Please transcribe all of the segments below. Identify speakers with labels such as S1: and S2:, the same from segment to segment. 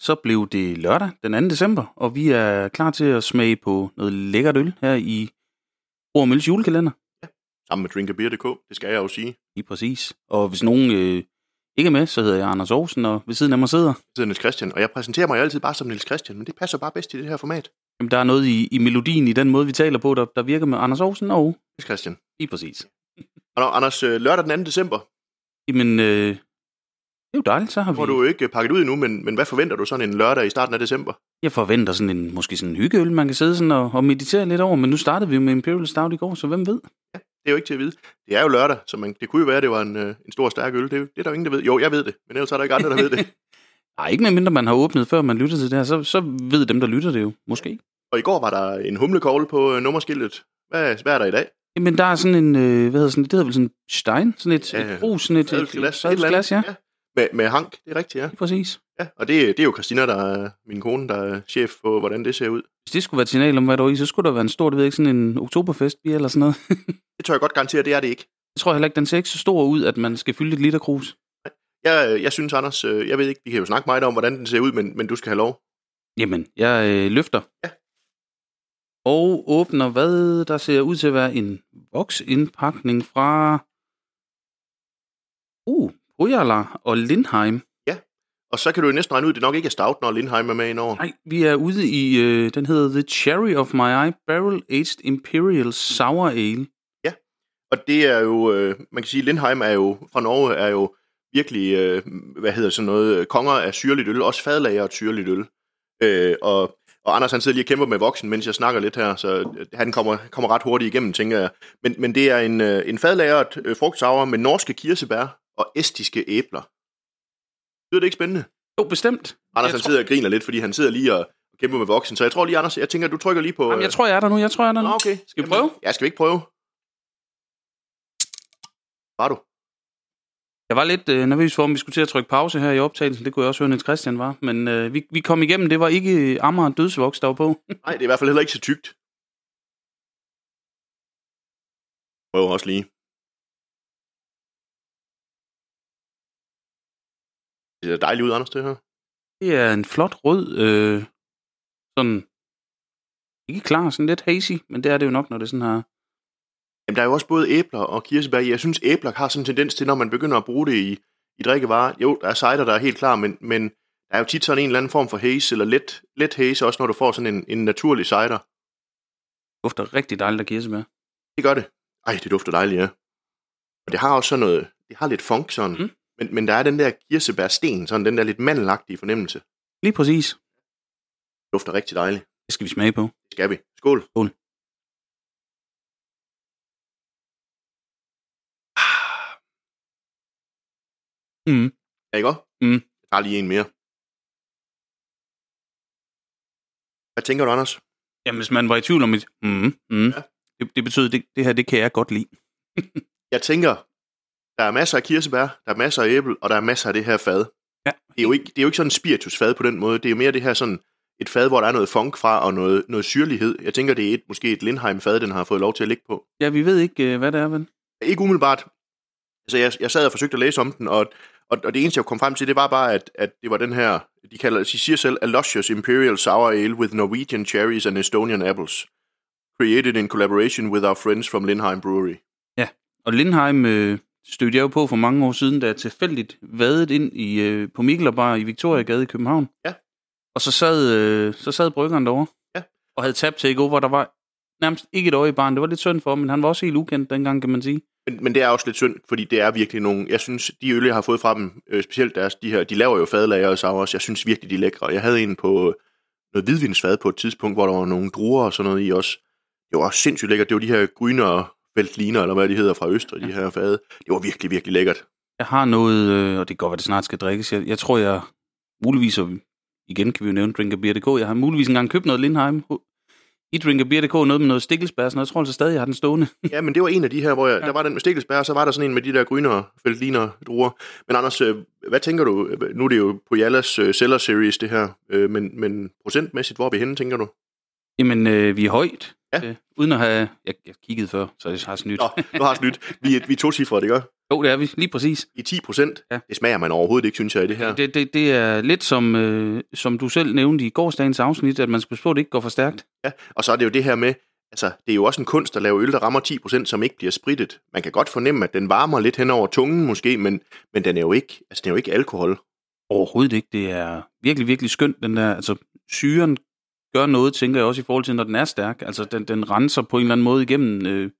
S1: så blev det lørdag den 2. december, og vi er klar til at smage på noget lækkert øl her i Ormøls julekalender.
S2: Sammen med drinkerbeer.dk, det skal jeg jo sige.
S1: Lige præcis. Og hvis nogen øh, ikke er med, så hedder jeg Anders Aarhusen, og ved siden af mig sidder...
S2: Jeg hedder Niels Christian, og jeg præsenterer mig altid bare som Niels Christian, men det passer bare bedst i det her format.
S1: Jamen, der er noget i, i melodien, i den måde, vi taler på, der, der virker med Anders Aarhusen og...
S2: Niels Christian.
S1: Lige præcis.
S2: Og nå, Anders, øh, lørdag den 2. december,
S1: Jamen, øh, det er jo dejligt, så har
S2: nu har
S1: vi...
S2: du jo ikke øh, pakket ud endnu, men, men hvad forventer du sådan en lørdag i starten af december?
S1: Jeg forventer sådan en, måske sådan en hyggeøl, man kan sidde sådan og, og meditere lidt over, men nu startede vi jo med Imperial Stout i går, så hvem ved?
S2: Det er jo ikke til at vide. Det er jo lørdag, så man, det kunne jo være, at det var en, øh, en stor stærk øl. Det, det er der jo ingen, der ved. Jo, jeg ved det, men ellers er der ikke andre, der ved det.
S1: Nej, ikke medmindre man har åbnet, før man lytter til det her, så, så ved dem, der lytter det jo, måske.
S2: Og i går var der en humlekogle på øh, nummerskiltet. Hvad, hvad er der i dag?
S1: Jamen, der er sådan en, øh, hvad hedder sådan, det hedder vel sådan en stein, sådan et,
S2: Ja,
S1: et brus, sådan et, et,
S2: Adelsglas,
S1: et,
S2: et eller andet.
S1: glas, ja.
S2: Med, med hank, det er rigtigt, ja.
S1: Lige præcis.
S2: ja. Og det, det er jo Christina, der er min kone, der er chef på, hvordan det ser ud.
S1: Hvis det skulle være et signal om, hvad der var i, så skulle der være en stor, det ved jeg ikke, sådan en oktoberfest vi er eller sådan noget.
S2: Det tør jeg godt garantere, det er det ikke.
S1: Jeg tror heller ikke, den ser ikke så stor ud, at man skal fylde et liter krus.
S2: Jeg, øh, jeg synes, Anders, øh, jeg ved ikke, vi kan jo snakke meget om, hvordan den ser ud, men, men du skal have lov.
S1: Jamen, jeg øh, løfter.
S2: Ja.
S1: Og åbner, hvad der ser ud til at være en voksindpakning fra... Uh, Ojala og Lindheim.
S2: Og så kan du jo næsten regne ud, at det nok ikke er stout, når Lindheim er med indover.
S1: Nej, vi er ude i, øh, den hedder The Cherry of My Eye Barrel Aged Imperial Sour Ale.
S2: Og det er jo, øh, man kan sige, Lindheim er jo, fra Norge er jo virkelig, øh, hvad hedder sådan noget, øh, konger af syrligt øl, også fadlager af syrligt øl. Øh, og, og Anders han sidder lige og kæmper med voksen, mens jeg snakker lidt her, så øh, han kommer, kommer ret hurtigt igennem, tænker jeg. Men, men det er en, øh, en fadlagret øh, frugtsaver med norske kirsebær og estiske æbler. Lyder det ikke spændende?
S1: Jo, bestemt.
S2: Anders
S1: Jeg
S2: han
S1: tror-
S2: sidder og griner lidt, fordi han sidder lige og kæmper med voksen. Så jeg tror lige, Anders, jeg tænker, du trykker lige på... øh,
S1: Jamen, jeg tror, jeg er der nu. Jeg tror, jeg er der
S2: Nå,
S1: nu.
S2: okay.
S1: Skal vi prøve?
S2: Ja, skal vi ikke prøve? Var du?
S1: Jeg var lidt øh, nervøs for, om vi skulle til at trykke pause her i optagelsen. Det kunne jeg også høre, Niels Christian var. Men øh, vi, vi kom igennem. Det var ikke øh, Amager Dødsvoks, der var på.
S2: Nej, det er i hvert fald heller ikke så tykt. Prøv også lige. Det ser dejligt ud, Anders, det her.
S1: Det er en flot rød, øh, sådan, ikke klar, sådan lidt hazy, men det er det jo nok, når det sådan her.
S2: Jamen, der er jo også både æbler og kirsebær i. Jeg synes, æbler har sådan en tendens til, når man begynder at bruge det i, i drikkevarer. Jo, der er cider, der er helt klar, men, men der er jo tit sådan en eller anden form for haze, eller let, let haze, også når du får sådan en, en naturlig cider.
S1: dufter rigtig dejligt af kirsebær.
S2: Det gør det. Ej, det dufter dejligt, ja. Og det har også sådan noget, det har lidt funk sådan.
S1: Mm.
S2: Mm. Men, men der er den der kirsebærsten, sådan den der lidt mandelagtige fornemmelse.
S1: Lige præcis.
S2: Det dufter rigtig dejligt.
S1: Det skal vi smage på.
S2: Det skal vi. Skål.
S1: Mm.
S2: Er I godt?
S1: Mm.
S2: Jeg tager lige en mere. Hvad tænker du, Anders?
S1: Jamen, hvis man var i tvivl om et, mm, mm,
S2: Ja.
S1: ja. det, det betyder, det, det her, det kan jeg godt lide.
S2: Jeg tænker, der er masser af kirsebær, der er masser af æble, og der er masser af det her fad.
S1: Ja.
S2: Det er jo ikke, det er jo ikke sådan en spiritusfad på den måde. Det er jo mere det her sådan et fad, hvor der er noget funk fra og noget, noget syrlighed. Jeg tænker, det er et, måske et Lindheim-fad, den har fået lov til at ligge på.
S1: Ja, vi ved ikke, øh, hvad det er, vel?
S2: Ikke umiddelbart. Altså, jeg, jeg sad og forsøgte at læse om den, og, og, og det eneste, jeg kom frem til, det var bare, at, at det var den her, de, kalder, de siger selv, Aloysius Imperial Sour Ale with Norwegian Cherries and Estonian Apples, created in collaboration with our friends from Lindheim Brewery.
S1: Og Lindheim øh, stødte jeg jo på for mange år siden, da jeg tilfældigt vadede ind i, øh, på Mikkelbar i Victoriagade i København.
S2: Ja.
S1: Og så sad, øh, så sad bryggeren derovre.
S2: Ja.
S1: Og havde tabt til over, der var nærmest ikke et øje i barn. Det var lidt synd for ham, men han var også helt ukendt dengang, kan man sige.
S2: Men, men det er også lidt synd, fordi det er virkelig nogle... Jeg synes, de øl, jeg har fået fra dem, øh, specielt deres, de her, de laver jo fadlager og sours, jeg synes virkelig, de er lækre. Jeg havde en på øh, noget hvidvinsfad på et tidspunkt, hvor der var nogle druer og sådan noget i også. Det var sindssygt lækkert. Det var de her gryner Veltliner, eller hvad de hedder fra Østrig, de her fade. Det var virkelig, virkelig lækkert.
S1: Jeg har noget, øh, og det kan godt være, det snart skal drikkes. Jeg, jeg tror, jeg muligvis, og igen kan vi jo nævne drinkerbeer.dk, jeg har muligvis engang købt noget Lindheim i drinkerbeer.dk, noget med noget stikkelsbær, og jeg tror altså stadig, jeg har den stående.
S2: Ja, men det var en af de her, hvor jeg,
S1: Ja.
S2: der var den med stikkelsbær, og så var der sådan en med de der gryner Veltliner druer. Men Anders, øh, hvad tænker du? Nu er det jo på Jallas øh, Cellar Series, det her, øh, men, men procentmæssigt, hvor er vi henne, tænker du?
S1: Jamen, øh, vi er højt.
S2: Ja.
S1: Øh, uden at have... Jeg, jeg kiggede før, så jeg har snydt.
S2: Nå, nu har jeg snydt. Vi, er- vi er to cifre, det gør.
S1: Jo, det er vi. Lige præcis.
S2: I 10 procent.
S1: Ja.
S2: Ja. Det smager man overhovedet ikke, synes jeg, i det her.
S1: Ja. Det, det, det er lidt som, øh, som du selv nævnte i gårsdagens afsnit, at man skal passe på, at det ikke går for stærkt.
S2: Og så er det jo det her med, altså, det er jo også en kunst at lave øl, der rammer 10%, som ikke bliver spritet. Man kan godt fornemme, at den varmer lidt hen over tungen måske, men, men den er jo ikke, altså, den er jo ikke alkohol.
S1: Overhovedet ikke. Det er virkelig, virkelig skønt, den der... Altså, syren gør noget, tænker jeg også, i forhold til, når den er stærk. Altså, den, den renser på en eller anden måde igennem... Øh,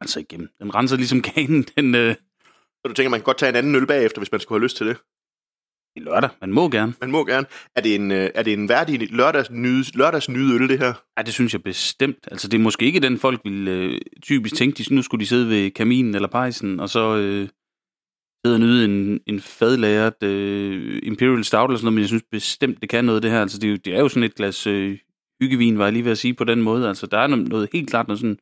S1: altså igennem. Den renser ligesom kagen den øh,
S2: Så du tænker, man kan godt tage en anden øl bagefter, hvis man skulle have lyst til det.
S1: i lørdag. Man må gerne.
S2: Man må gerne. Er det en, øh, er det en værdig lørdags nyde, lørdags nyde øl, det her?
S1: Ja, det synes jeg bestemt. Altså, det er måske ikke den, folk ville øh, typisk tænke, de, nu skulle de sidde ved kaminen eller pejsen, og så øh, sidde og nyde en, en fadlagret øh, Imperial Stout eller sådan noget, men jeg synes bestemt, det kan noget, det her. Altså, det er jo, det er jo sådan et glas øh, hyggevin, var jeg lige ved at sige, på den måde. Altså, der er noget, noget helt klart noget sådan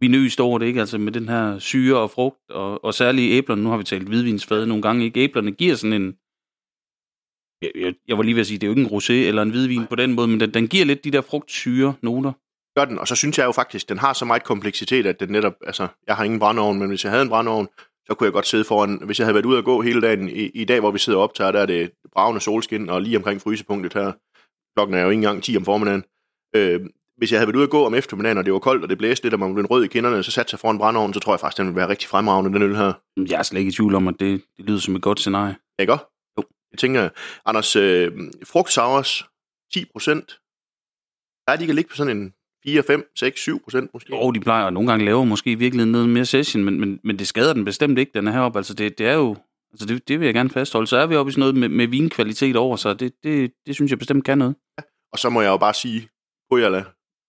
S1: vinøst over det, ikke? Altså, med den her syre og frugt, og, og særligt æblerne. Nu har vi talt hvidvinsfad nogle gange, ikke? Æblerne giver sådan en, jeg, jeg, jeg var lige ved at sige, det er jo ikke en rosé eller en hvidvin på den måde, men den, den giver lidt de der frugtsyre noter.
S2: Gør den. Og så synes jeg jo faktisk, den har så meget kompleksitet, at den netop, altså, jeg har ingen brændeovn, men hvis jeg havde en brændeovn, så kunne jeg godt sidde foran, hvis jeg havde været ude at gå hele dagen, i, i dag, hvor vi sidder og optager, der er det bravende solskin, og lige omkring frysepunktet her, klokken er jo ikke engang 10 om formiddagen, øh, hvis jeg havde været ude at gå om eftermiddagen, og det var koldt, og det blæste lidt, og man blev rød i kinderne, så satte sig foran brændeovnen, så tror jeg faktisk, den ville være rigtig fremragende, den øl her.
S1: Jeg er slet ikke i tvivl om, at det, det lyder som et godt scenarie.
S2: Ikke også?
S1: Jo.
S2: Jeg tænker, Anders, øh, frugtsours, 10 procent. Der er de kan ligge på sådan en 4, 5, 6, 7 procent måske.
S1: Og de plejer at nogle gange lave måske i virkeligheden noget mere session, men, men, men det skader den bestemt ikke, den er heroppe. Altså det, det er jo, altså det, det vil jeg gerne fastholde. Så er vi oppe i sådan noget med, med vinkvalitet over sig, det, det, det synes jeg bestemt kan noget.
S2: Og så må jeg jo bare sige, Pujala,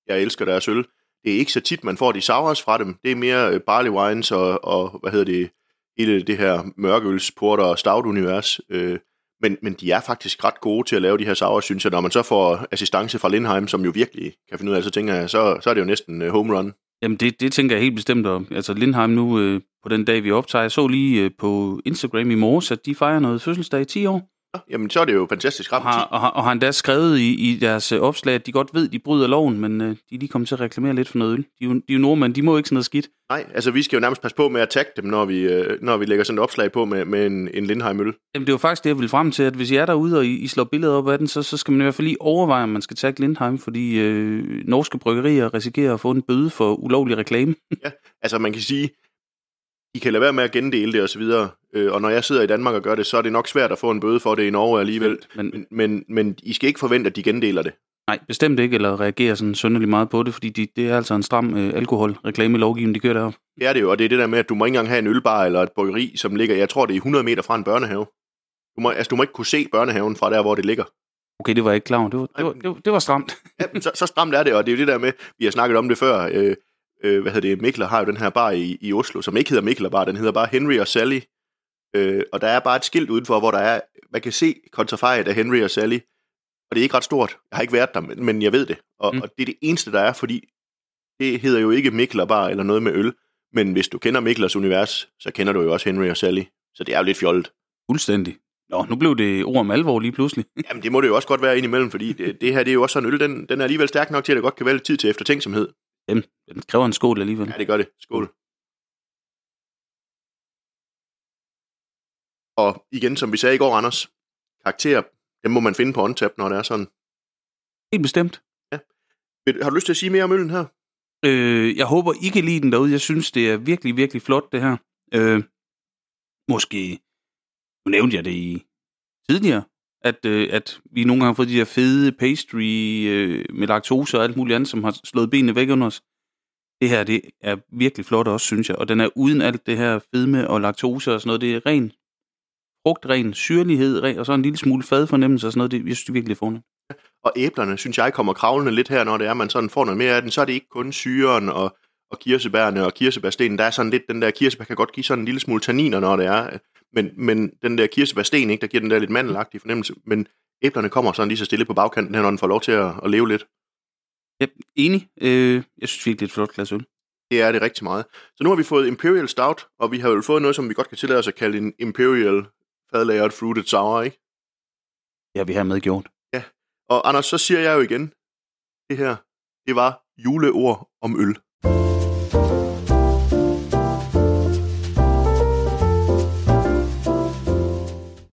S2: jeg elsker deres øl. Det er ikke så tit, man får de sours fra dem. Det er mere øh, barley wines og, og hvad hedder det, hele det her mørkøls, porter og stout-univers. Øh, men, men de er faktisk ret gode til at lave de her sours, synes jeg. Når man så får assistance fra Lindheim, som jo virkelig kan finde ud af, så tænker jeg, så, så er det jo næsten øh, home run.
S1: Jamen det, det tænker jeg helt bestemt om. Altså Lindheim nu øh, på den dag, vi optager, jeg så lige øh, på Instagram i morges, at de fejrer noget fødselsdag i 10 år.
S2: Nå, Jamen, så er det jo fantastisk.
S1: Og
S2: Ramt
S1: har, og, har, og har endda skrevet i, i deres øh, opslag, at de godt ved, de bryder loven, men øh, de er lige kommet til at reklamere lidt for noget øl. De er jo, de er jo nordmænd, de må jo ikke sådan noget skidt.
S2: Nej, altså vi skal jo nærmest passe på med at tagge dem, når vi, øh, når vi lægger sådan et opslag på med, med en, en Lindheim-øl.
S1: Jamen, det er jo faktisk det, jeg ville frem til, at hvis I er derude, og I, I slår billeder op af den, så, så skal man i hvert fald lige overveje, om man skal tage Lindheim, fordi øh, norske bryggerier risikerer at få en bøde for ulovlig reklame.
S2: Altså man kan sige, I kan lade være med at gendele det og så videre, øh, og når jeg sidder i Danmark og gør det, så er det nok svært at få en bøde for det i Norge alligevel.
S1: Men
S2: Men, men, men I skal ikke forvente, at de gendeler det.
S1: nej, bestemt ikke, eller reagerer sådan sønderlig meget på det, fordi de, det er altså en stram øh, alkoholreklamelovgivning, de kører deroppe.
S2: Det er det jo, og det er det der med, at du må ikke engang have en ølbar eller et bryggeri, som ligger, jeg tror det er 100 meter fra en børnehave. Du må, altså du må ikke kunne se børnehaven fra der, hvor det ligger.
S1: Okay, det var jeg ikke klar over. Det var, det
S2: Nej,
S1: var,
S2: men-
S1: det var, det var stramt.
S2: Ja, men så, så stramt er det, og det er jo det der med, vi har snakket om det før, øh, øh, hvad hedder det, Mikler har jo den her bar i, i Oslo, som ikke hedder Mikler Bar, den hedder bare Henry og Sally, øh, og der er bare et skilt udenfor, hvor der er, man kan se kontrafejet af Henry og Sally, og det er ikke ret stort, jeg har ikke været der, men, men jeg ved det, og,
S1: Mm.
S2: mm. og det er det eneste, der er, fordi det hedder jo ikke Mikler Bar eller noget med øl, men hvis du kender Miklers univers, så kender du jo også Henry og Sally, så det er jo lidt fjollet.
S1: Fuldstændig. Nå, nu blev det ord om alvor lige pludselig.
S2: Jamen det må det jo også godt være indimellem, fordi det, det her det er jo også sådan en øl, den, den er alligevel stærk nok til, at der godt kan være lidt tid til eftertænksomhed.
S1: Den kræver en skål alligevel.
S2: Ja, det gør det. Skål. Og igen, som vi sagde i går, Anders, karakterer, dem må man finde på OnTap, når det er sådan.
S1: Helt bestemt.
S2: Vil- Har du lyst til at sige mere om øllen her?
S1: Øh, jeg håber, I kan lide den derude. Jeg synes, det er virkelig, virkelig flot, det her. Øh, måske, nu nævnte jeg det i tidligere, at, øh, at vi nogle gange har fået de der fede pastry øh, med laktose og alt muligt andet, som har slået benene væk under os. Det her, det er virkelig flot også, synes jeg. Og den er uden alt det her fedme og laktose og sådan noget. Det er ren frugt, ren syrlighed, ren, og så en lille smule fadfornemmelse og sådan noget. Det, jeg synes, det er virkelig fornemt.
S2: Og æblerne, synes jeg, kommer kravlende lidt her, når det er, man sådan får noget mere af den. Så er det ikke kun syren og, og kirsebærne og kirsebærstenen. Der er sådan lidt, den der kirsebær kan godt give sådan en lille smule tanniner, når det er. Men, men den der kirsebærsten, ikke, der giver den der lidt mandelagtige fornemmelse. Men æblerne kommer sådan lige så stille på bagkanten her, når den får lov til at, at leve lidt.
S1: Ja, enig. Øh, jeg synes virkelig, det er et flot glas øl.
S2: Det er det rigtig meget. Så nu har vi fået Imperial Stout, og vi har jo fået noget, som vi godt kan tillade os at kalde en Imperial fadlagret fruited sour, ikke?
S1: Det har vi hermed gjort.
S2: Og Anders, så siger jeg jo igen, det her, det var juleord om øl.